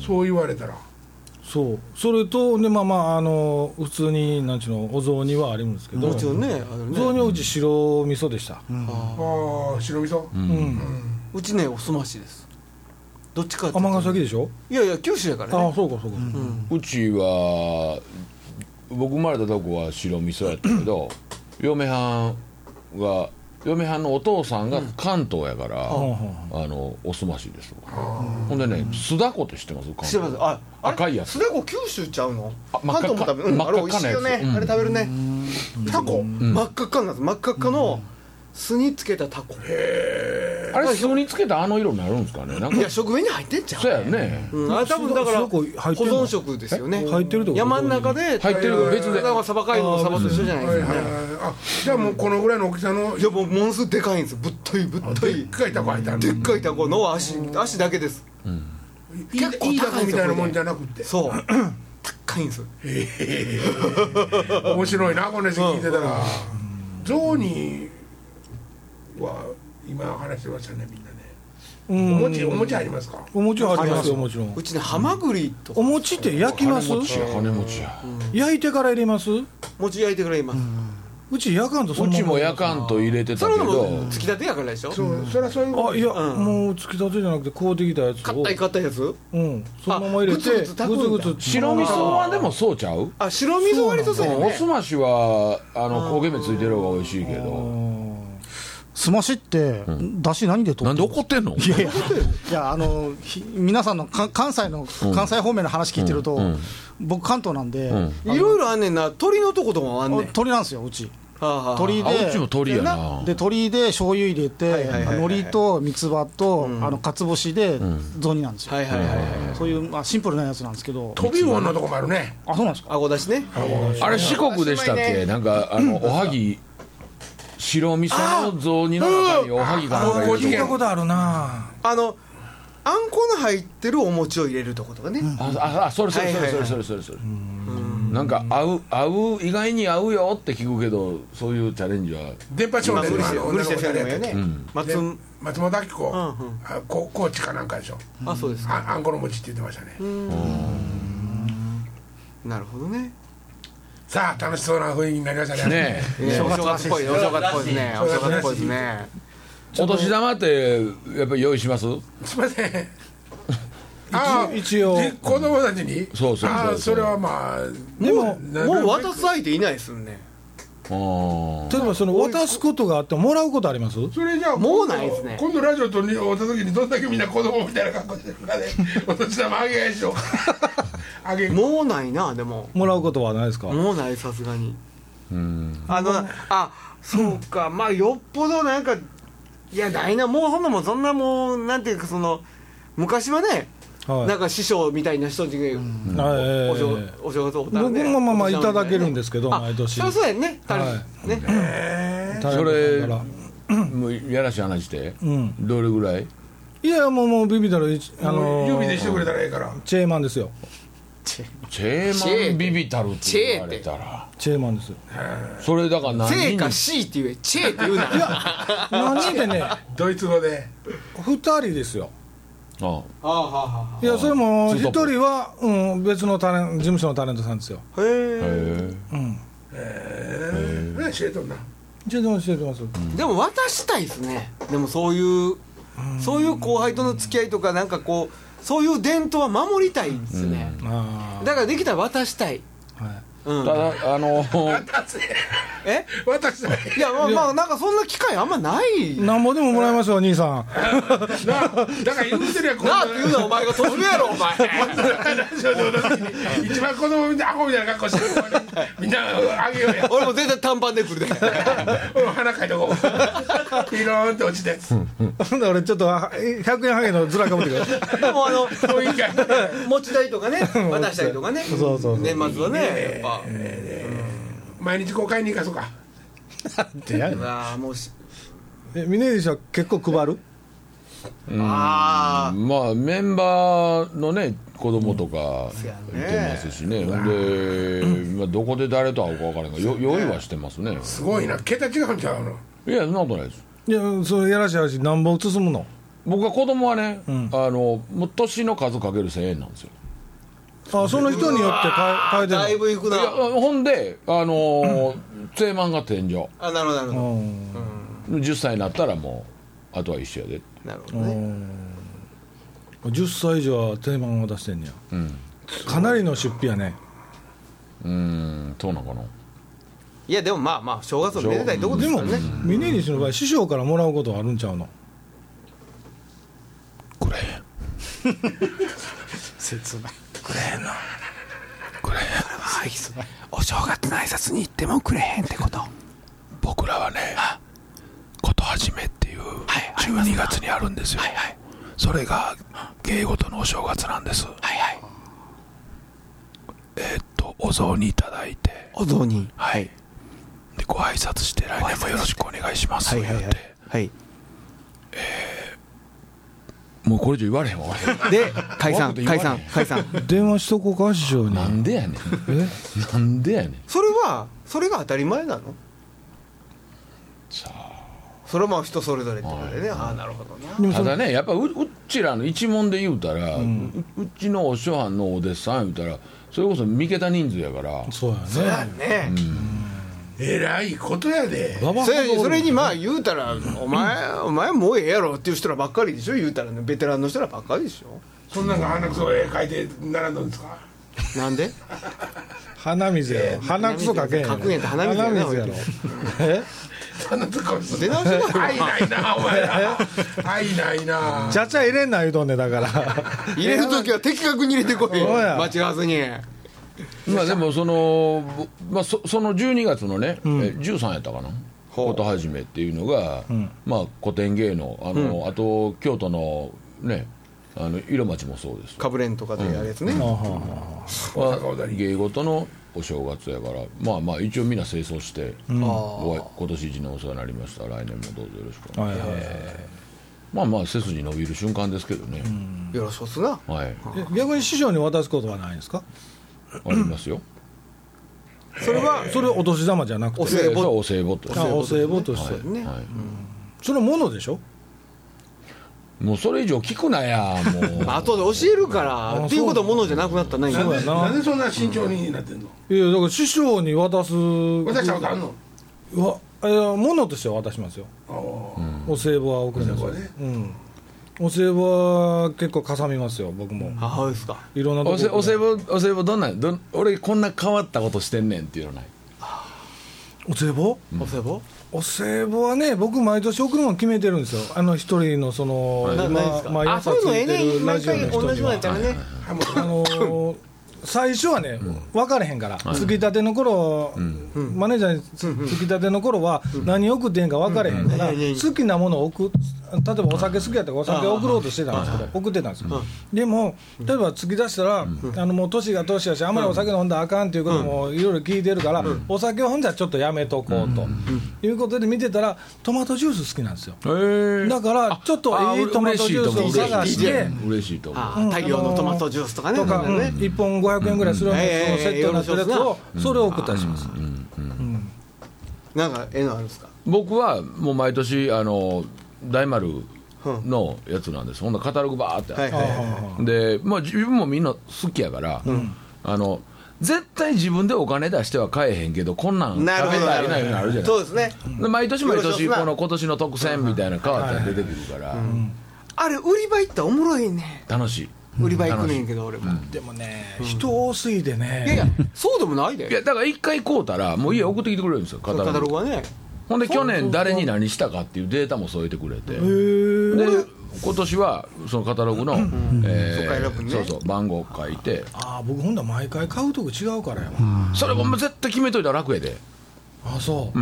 Speaker 2: そう言われたら
Speaker 3: そうそれとでまあまああの普通になんちゅうのお雑煮はあるんですけど、
Speaker 4: もちろんねあ
Speaker 3: お
Speaker 4: の
Speaker 3: 雑
Speaker 4: ね
Speaker 3: 煮はうち白味噌でした、
Speaker 2: あー白味噌
Speaker 3: うん
Speaker 4: うちねおすましですどっちかっていうと
Speaker 3: 尼崎でしょ
Speaker 4: いやいや九州やから
Speaker 3: あ
Speaker 4: ね
Speaker 3: あそうかそうか、
Speaker 5: うちは僕生まれたとこは白味噌やったけ ど嫁はんが嫁はんのお父さんが関東やから、あのおすましですわほんでね酢だこって知ってます関
Speaker 4: 知ってますああれ
Speaker 5: 赤いやつ
Speaker 4: 酢だこ九州ちゃうの
Speaker 5: あ
Speaker 4: 関
Speaker 5: 真っ赤
Speaker 4: 東
Speaker 5: っか
Speaker 4: も食べうん
Speaker 5: 真っ
Speaker 4: あ
Speaker 5: 赤っかな
Speaker 4: れ
Speaker 5: やつ
Speaker 4: 美味しいよね
Speaker 5: うん
Speaker 4: あれ食べるねタコ真っ赤っかなんです真っ赤っかの酢につけたタコ
Speaker 5: あれ酢につけたあの色になるんですかねなんか
Speaker 4: いや食紅に入ってんちゃ
Speaker 5: そう
Speaker 4: う
Speaker 5: やね、
Speaker 4: うんあれ多分だから
Speaker 3: 酢だこ
Speaker 4: 保
Speaker 3: 入ってんの
Speaker 4: 存食ですよね
Speaker 3: え入ってるってこと
Speaker 4: 山の中で
Speaker 5: 入ってるけど別で
Speaker 4: だからサバ街道のサバと一緒じゃない
Speaker 2: は
Speaker 4: で
Speaker 2: い
Speaker 4: す
Speaker 2: はいは
Speaker 4: か
Speaker 2: い
Speaker 4: ね
Speaker 2: あじゃあもうこのぐらいの大きさの
Speaker 4: いやもうものすごいでかいんですぶっといぶっと
Speaker 2: でっ
Speaker 4: い
Speaker 2: かいタコ入ったん
Speaker 4: でっかいタコの足足だけです結構
Speaker 2: いいタ
Speaker 4: 高
Speaker 2: コ
Speaker 4: いん
Speaker 2: み
Speaker 4: ですよ
Speaker 2: たいなもんじゃなくて
Speaker 4: そう 高いんです
Speaker 2: 面白いなこの話聞いてたらゾウには今話してましたねみんなね
Speaker 3: うん
Speaker 2: お餅お餅ありますか
Speaker 3: お餅はありますよもちろん
Speaker 4: うちねハマグリとか
Speaker 3: お餅って焼きます
Speaker 5: 金持ちや金持ちや、
Speaker 3: 焼いてから入れます
Speaker 4: 餅焼いてくれます
Speaker 3: うち焼かんとその
Speaker 5: う
Speaker 3: まま
Speaker 5: ちもやかんと入れてた
Speaker 4: それ
Speaker 5: け
Speaker 4: でも
Speaker 5: ど
Speaker 4: 突き立てやからでしょ
Speaker 2: そうそれはそういうこと
Speaker 3: あいや、
Speaker 4: うん
Speaker 3: もう突き立てじゃなくて買うてきたやつを
Speaker 4: 硬い硬いやつ
Speaker 3: うん、そのまま入れて
Speaker 4: あグツグツ炊くんだ
Speaker 5: 白味噌はでもそうちゃう
Speaker 4: あ白味噌割とそうや
Speaker 5: うんお
Speaker 4: ね
Speaker 5: すましはあの焦げ目ついてる方が美味しいけど
Speaker 6: すましって、だし何で取
Speaker 5: な
Speaker 6: っ
Speaker 5: ん
Speaker 6: て
Speaker 5: で
Speaker 6: る
Speaker 5: 怒ってんの
Speaker 6: いやいやいやあのひ皆さんのか関西の関西方面の話聞いてると、
Speaker 5: うん
Speaker 6: 僕関東なんで、
Speaker 5: ん
Speaker 4: いろいろあんねんな鳥のとことかもあんねんは
Speaker 6: 鳥なんですようち
Speaker 4: あはあはあ
Speaker 6: 鳥
Speaker 5: あ
Speaker 6: で
Speaker 5: うちも鳥やな
Speaker 6: で鳥で醤油入れて、
Speaker 4: いはいはいはい
Speaker 6: 海苔と三つ葉と、あの鰹節で雑煮なんですよ、
Speaker 4: はいはいはいはい
Speaker 6: そういう、まあ、シンプルなやつなんですけど
Speaker 2: 飛び魚のとこもあるね
Speaker 6: あそうなんですか
Speaker 4: あごだしね
Speaker 5: あれ四国でしたっけなんかあのおはぎ白味噌の雑煮の中におはぎがなんか入れ
Speaker 3: 聞
Speaker 5: て
Speaker 3: いたことあるな
Speaker 4: あのあんこの入ってるお餅を入れるとことかね
Speaker 5: あああそれそれそれそれそれそれそれなんか合う合う意外に合うよって聞くけどそういうチャレンジは
Speaker 2: 電波少
Speaker 4: 今
Speaker 2: 年
Speaker 4: 無理して
Speaker 2: の
Speaker 4: 無理して
Speaker 2: 女の子
Speaker 4: る
Speaker 2: がやっ
Speaker 4: よ
Speaker 2: て
Speaker 4: ね
Speaker 2: て
Speaker 4: 松ん
Speaker 2: 松本明子
Speaker 4: んうん
Speaker 2: あこ高知かなんかでしょ
Speaker 4: あそうです
Speaker 2: ああんこの餅って言ってましたね
Speaker 4: なるほどね
Speaker 2: さあ楽しそうな雰囲気になりましたね
Speaker 5: ねえ
Speaker 4: ねお正月っぽいお正月っぽいですねお正月っぽいですね
Speaker 5: お年玉ってやっぱり用意します
Speaker 2: すいませんああ
Speaker 3: 一応
Speaker 2: で子供たちに
Speaker 5: そうそうそう
Speaker 2: ああそれはまあ
Speaker 3: でも
Speaker 2: な
Speaker 4: もう渡す相手いないですんね
Speaker 5: うん
Speaker 3: 例えばその渡すことがあってもらうことあります
Speaker 2: それじゃあ
Speaker 4: もう
Speaker 2: 今度
Speaker 4: ないですね
Speaker 2: 今度ラジオとに会った時にどんだけみんな子供みたいな格好してるかで お年玉あげやしょあげ
Speaker 4: もうないなでも
Speaker 3: もらうことはないですか
Speaker 4: もうないさすがにあのあそうかまあよっぽどなんかいやないなもうほんなもんそんなもうなんていうかその昔はね
Speaker 3: はい
Speaker 4: なんか師匠みたいな人に
Speaker 3: はいええ
Speaker 4: お正お正月おったらね
Speaker 3: 僕もまあまあ
Speaker 4: お年玉
Speaker 3: いただけるんですけど
Speaker 4: あ
Speaker 3: 毎年
Speaker 4: そりゃそうやねたる
Speaker 3: は
Speaker 4: ね
Speaker 5: それ
Speaker 3: から
Speaker 5: もうやらしい話して
Speaker 3: うん
Speaker 5: どれぐらい
Speaker 3: いやもうもうビビったら一あの
Speaker 2: 指で
Speaker 3: ー
Speaker 2: してくれたらええから
Speaker 3: チェーマンですよ
Speaker 5: チェーマンビビタルって言われたら
Speaker 3: チェーマンですよ
Speaker 5: それだから何
Speaker 4: 成
Speaker 5: 人
Speaker 4: か
Speaker 5: に
Speaker 4: C って言えチェって言うな
Speaker 3: 何人でね
Speaker 2: ドイツ語で
Speaker 3: 2人ですよ
Speaker 5: あ
Speaker 4: ああはあはい
Speaker 3: やそれも
Speaker 5: ツー
Speaker 3: 一
Speaker 5: トップ
Speaker 3: 人は、うん、別のタレン事務所のタレントさんですよ
Speaker 4: あはあへ
Speaker 5: あへ
Speaker 4: え
Speaker 5: え
Speaker 2: ええ教えとんな
Speaker 3: 全然教えてますよ、
Speaker 4: でも渡したいですねでもそういうそういう後輩との付き合いとかなんかこうそういう伝統は守りたいですね、
Speaker 3: あ
Speaker 4: だからできたら渡したい、
Speaker 3: あはい
Speaker 4: うん、
Speaker 5: ただ あの
Speaker 4: え
Speaker 2: 私だ
Speaker 4: いやまあまあなんかそんな機会あんまないな
Speaker 3: なんぼでももらい ますよ、兄さん。
Speaker 2: なだから言うてるやんこん
Speaker 4: あって言うのはお 前が年上やろお前
Speaker 2: ラジオでおなじみ一番子供みたいなアホみたいな格好して る子にみんなあげようや
Speaker 4: 俺も全然短パンで来るで
Speaker 2: 俺も鼻かいと こうピローンって落ちて
Speaker 3: ほんで俺ちょっとは100円ハゲのズラかぶってください。
Speaker 4: でもあ の
Speaker 2: そういうか
Speaker 4: 持ちたいとかね渡したりとかね
Speaker 3: そうそうそう
Speaker 4: 年末はねやっぱ
Speaker 2: 毎日公開に行かそうか
Speaker 4: うわあもうし
Speaker 3: え峰岸は結構配る
Speaker 4: あ
Speaker 5: まあメンバーのね子供とか
Speaker 4: や
Speaker 5: い
Speaker 4: ね
Speaker 5: てますしねほんで、まあ、どこで誰と会うか分からんがよ用意はしてますね
Speaker 2: すごいな桁違うんちゃうの
Speaker 5: いやそんなことないです
Speaker 3: いや、そうやらしい話、なんぼ進むの。
Speaker 5: 僕は子供はね、あのもう年の数かける1000円なんですよ
Speaker 3: あ、その人によって変
Speaker 4: あ
Speaker 3: え変
Speaker 4: だ
Speaker 3: え
Speaker 4: い
Speaker 3: てる
Speaker 4: ぶいく
Speaker 5: い
Speaker 4: な
Speaker 5: やほんであの正満が天井
Speaker 4: あなるほどなる
Speaker 3: の。
Speaker 4: ほ
Speaker 3: うん
Speaker 4: どうん
Speaker 5: 10歳になったらもうあとは一緒やで
Speaker 4: なるほどね
Speaker 3: 10歳以上は定番を出してんねや。かなりの出費やね。
Speaker 5: うんそうなのかない
Speaker 4: やでもまあまあ正月をめでたいとこで
Speaker 3: です
Speaker 4: か
Speaker 3: も
Speaker 4: らね、
Speaker 3: 峰岸の場合、師匠からもらうことはあるんちゃうの
Speaker 5: これ
Speaker 4: お正月の挨拶に行ってもくれへんってことはい
Speaker 5: 僕らはねこと始めっていう12月にあるんですよそれが芸事のお正月なんです
Speaker 4: はい
Speaker 5: えっとお雑煮いただいて
Speaker 4: お雑煮
Speaker 5: はいでご挨拶して来年もよろしくお願いします言うて
Speaker 4: はい
Speaker 5: もうこれ以上言われへんわ俺
Speaker 4: で解散
Speaker 5: 怖いこと言われへん
Speaker 4: 解散解散
Speaker 3: 電話しとこうか、師匠に。
Speaker 5: なんでやねん
Speaker 3: え
Speaker 5: なんでやねん
Speaker 4: それはそれが当たり前なの
Speaker 5: さあ
Speaker 4: それはまあ人それぞれってことでねああなるほど
Speaker 3: で
Speaker 4: な
Speaker 3: もそ
Speaker 5: た
Speaker 3: の
Speaker 5: だねやっぱううちらの一門で言うたら、ううちのお師匠はんのお弟子さん言うたらそれこそ三桁人数やから
Speaker 3: そうやね。
Speaker 4: ね
Speaker 2: えらいことやで
Speaker 3: ババア
Speaker 4: それ
Speaker 3: ほど
Speaker 4: それにまあ言うたらお前お前もうええやろっていう人らばっかりでしょ言うたらねベテランの人らばっかりでしょ
Speaker 2: そんなんが鼻くそ絵描いて並んだんですか
Speaker 4: なんで
Speaker 3: 鼻水やろ。鼻くそかけんやろ。
Speaker 4: かくんやったら鼻水やな
Speaker 3: 鼻水やろ
Speaker 4: ほ。
Speaker 3: え
Speaker 2: そんなとこ見
Speaker 4: 出直しだろ
Speaker 2: 愛ないなお前ら愛ないな
Speaker 3: ちゃちゃ入れんな言うとんねんだから。
Speaker 4: 入れる時は的確に入れてこ
Speaker 3: そ
Speaker 4: い
Speaker 3: うや
Speaker 4: 間違わずに
Speaker 5: まあでもその、ぼまあ、そその12月のね、え13やったかなこと始めっていうのが、まあ、古典芸能あの、あと京都のねあの色町もそうです
Speaker 4: かぶれんとかでやるやつね
Speaker 5: は
Speaker 2: 阪踊り
Speaker 5: 芸事のお正月やからまあまあ一応みんな清掃して、お会い今年一年お世話になりました来年もどうぞよろしくお願いします
Speaker 3: はいはいはい
Speaker 5: まあまあ背筋伸びる瞬間ですけどね、
Speaker 4: よろしくっすな
Speaker 5: はい
Speaker 3: え逆に師匠に渡すことはないんですか
Speaker 5: ありますよ
Speaker 4: それは
Speaker 3: それお年玉じゃなく
Speaker 4: お
Speaker 3: て
Speaker 4: 歳暮
Speaker 5: でそれはお歳暮と
Speaker 3: あお歳暮として、
Speaker 4: ね
Speaker 5: はい
Speaker 3: それものでしょ
Speaker 5: もうそれ以上聞くなやも う
Speaker 4: まあ後で教えるから
Speaker 3: あ
Speaker 4: っていうことはものじゃなくなったな今
Speaker 3: そうやな
Speaker 2: なんでそんな慎重になってんの
Speaker 3: いやだから師匠に渡す
Speaker 2: 私したことあんの
Speaker 3: わえーものとしては渡しますよ
Speaker 2: あ
Speaker 3: お歳暮は送りますよ
Speaker 2: お歳
Speaker 3: うんお歳暮は結構かさみますよ僕も
Speaker 4: あそうですか
Speaker 3: いろんなと
Speaker 5: お
Speaker 3: こ
Speaker 5: せお歳暮お歳暮どんなんどん俺こんな変わったことしてんねんっていうのない
Speaker 3: お歳暮
Speaker 4: お歳暮
Speaker 3: お歳暮はね僕毎年送るの決めてるんですよあの一人のその
Speaker 4: な
Speaker 3: 今
Speaker 4: ないですか
Speaker 3: 毎
Speaker 4: あ
Speaker 3: 朝
Speaker 4: そ
Speaker 3: つ
Speaker 4: ういうのええ
Speaker 3: いて
Speaker 4: ね
Speaker 3: るラ
Speaker 4: 毎
Speaker 3: ジオの
Speaker 4: 回
Speaker 3: 人
Speaker 4: 同
Speaker 3: に
Speaker 4: じのや
Speaker 3: は
Speaker 4: ったらね
Speaker 2: あもう
Speaker 3: あのー最初はね、分からへんから、つきたての頃、マネージャーにつ,、きたての頃は、何送ってんか分からへんから、
Speaker 4: うんうん
Speaker 3: 好きなものを送っ例えばお酒好きやったらお酒送ろうとしてたんですけど、送ってたんですよ、でも、例えば突き出したら、あのもう年が年やし、あんまりお酒飲んだらあかんっていうこともいろいろ聞いてるから、お酒をほんじゃちょっとやめとこうと、いうことで見てたら、トマトジュース好きなんですよ。
Speaker 5: え
Speaker 3: だから、ちょっといいトマトジュースを探して。
Speaker 5: 嬉しいと思う
Speaker 4: あ太陽のトマトジュースとかね
Speaker 3: とか、
Speaker 4: なんね
Speaker 3: うん1本500円ぐらいするようなやつ
Speaker 4: うん
Speaker 3: のセットになってるやつを、それを送ったりします、
Speaker 4: なんかええのあるんですか
Speaker 5: 僕はもう毎年あの大丸のやつなんですほんならカタログバーってあって、
Speaker 4: はいはいはい
Speaker 5: で、まあ、自分もみんな好きやから、あの絶対自分でお金出しては買えへんけどこんなん
Speaker 4: なるほ
Speaker 5: 食べ
Speaker 4: ど
Speaker 5: たりないのあるじゃない
Speaker 4: そうですね
Speaker 5: で毎年毎
Speaker 4: よろし
Speaker 5: 年
Speaker 4: いですな
Speaker 5: この今年の特選みたいな変わったら出てくるから
Speaker 4: あれ売り場行ったらおもろいね
Speaker 5: 楽しい
Speaker 4: 売り場行くねんけど俺も
Speaker 3: でもね、人多すぎて
Speaker 4: いやい
Speaker 3: ね、
Speaker 4: やそうでもない
Speaker 5: い
Speaker 4: で
Speaker 5: やだから一回買うたらもう家送ってきてくれるんですよカ
Speaker 4: カ
Speaker 5: タ
Speaker 4: タロ
Speaker 5: ログ
Speaker 4: グはね
Speaker 5: ほんで去年誰に何したかっていうデータも添えてくれてで今年はそのカタログのえ
Speaker 4: 初回ラブ
Speaker 5: ー
Speaker 4: にね
Speaker 5: そうそう番号書いて
Speaker 3: ああ、僕、ほんだら毎回買うとこ違うからやわ、
Speaker 5: それももう絶対決めといたら楽やで
Speaker 3: あそう、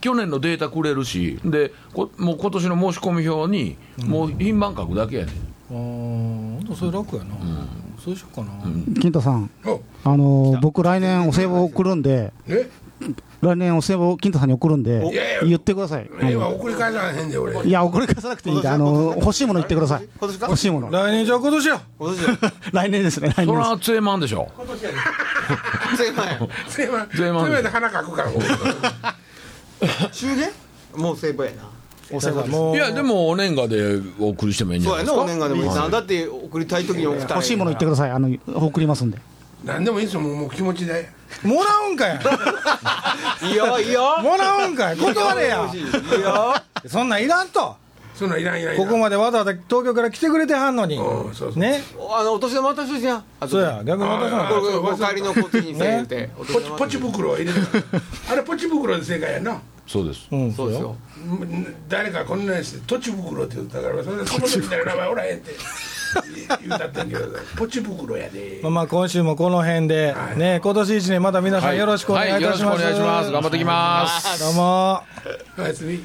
Speaker 5: 去年のデータくれるしでこもう今年の申し込み票にもう品番書くだけやね
Speaker 3: あーほんとそれ楽やな、そうしようかな、
Speaker 6: 金太さん、
Speaker 2: お
Speaker 6: あのー僕、来年お歳暮送るんで、
Speaker 2: え
Speaker 6: 来年お歳暮、金太さんに送るんで
Speaker 2: いやいや、
Speaker 6: 言ってください。
Speaker 2: ええわ送り返さへんで俺
Speaker 6: いや、送り返さなくていいんで、あのー欲しいもの言ってください。
Speaker 4: 今年か
Speaker 6: 欲しいもの。
Speaker 3: 来年じゃあ今年や、
Speaker 4: 今年だ
Speaker 6: 来年ですね、来
Speaker 5: そ
Speaker 6: 年
Speaker 5: れ
Speaker 6: です。
Speaker 5: はつえまんでしょ
Speaker 4: 千万円
Speaker 2: それはそ
Speaker 5: 全
Speaker 2: れ
Speaker 5: 員満足
Speaker 2: まで鼻かくから僕
Speaker 4: 終電もうセーブやな
Speaker 3: お世話もう
Speaker 5: いやでもお年賀でお送りしてもいいんじゃ
Speaker 4: そう
Speaker 5: ない
Speaker 4: やなお年賀
Speaker 5: ですか
Speaker 4: でもいいなだって送りたい時に送ったら
Speaker 6: 欲しいもの言ってください。あの、送りますんで。
Speaker 2: 何でもいいですよもうもう気持ちで
Speaker 3: もらうんかや、
Speaker 4: いいよい いよ
Speaker 3: もらうんかい、断れや
Speaker 4: い、いよ
Speaker 3: そんなんいらんと、
Speaker 2: そんなんいらんいらんいら
Speaker 3: こ
Speaker 2: ん
Speaker 3: こまでわざわざ東京から来てくれてはんのに、
Speaker 2: うんそうそう
Speaker 3: ね、
Speaker 4: あのお年玉渡しといてやあと
Speaker 3: そう
Speaker 4: で
Speaker 3: や、逆に渡さなあか
Speaker 4: こ
Speaker 3: ん
Speaker 4: れ
Speaker 2: あそう
Speaker 4: お帰りのこっちにせえ言うて
Speaker 2: ポ
Speaker 4: お年
Speaker 2: チ
Speaker 4: 玉
Speaker 2: ポチ袋を入れてたからあれポチ袋で正解やな
Speaker 5: そうです
Speaker 3: うん、
Speaker 4: そうですよ
Speaker 2: ん誰かこんなやつで「とち袋」って言ったからそれでその人みたいな名前おらへんって言うたったんけどポチ袋やで
Speaker 3: まあまあ今週もこの辺で、ね、今年一年また皆さんよろしくお願いいたします。
Speaker 5: はいよろしくお願いします頑張ってきます
Speaker 3: どうも。
Speaker 2: おやすみ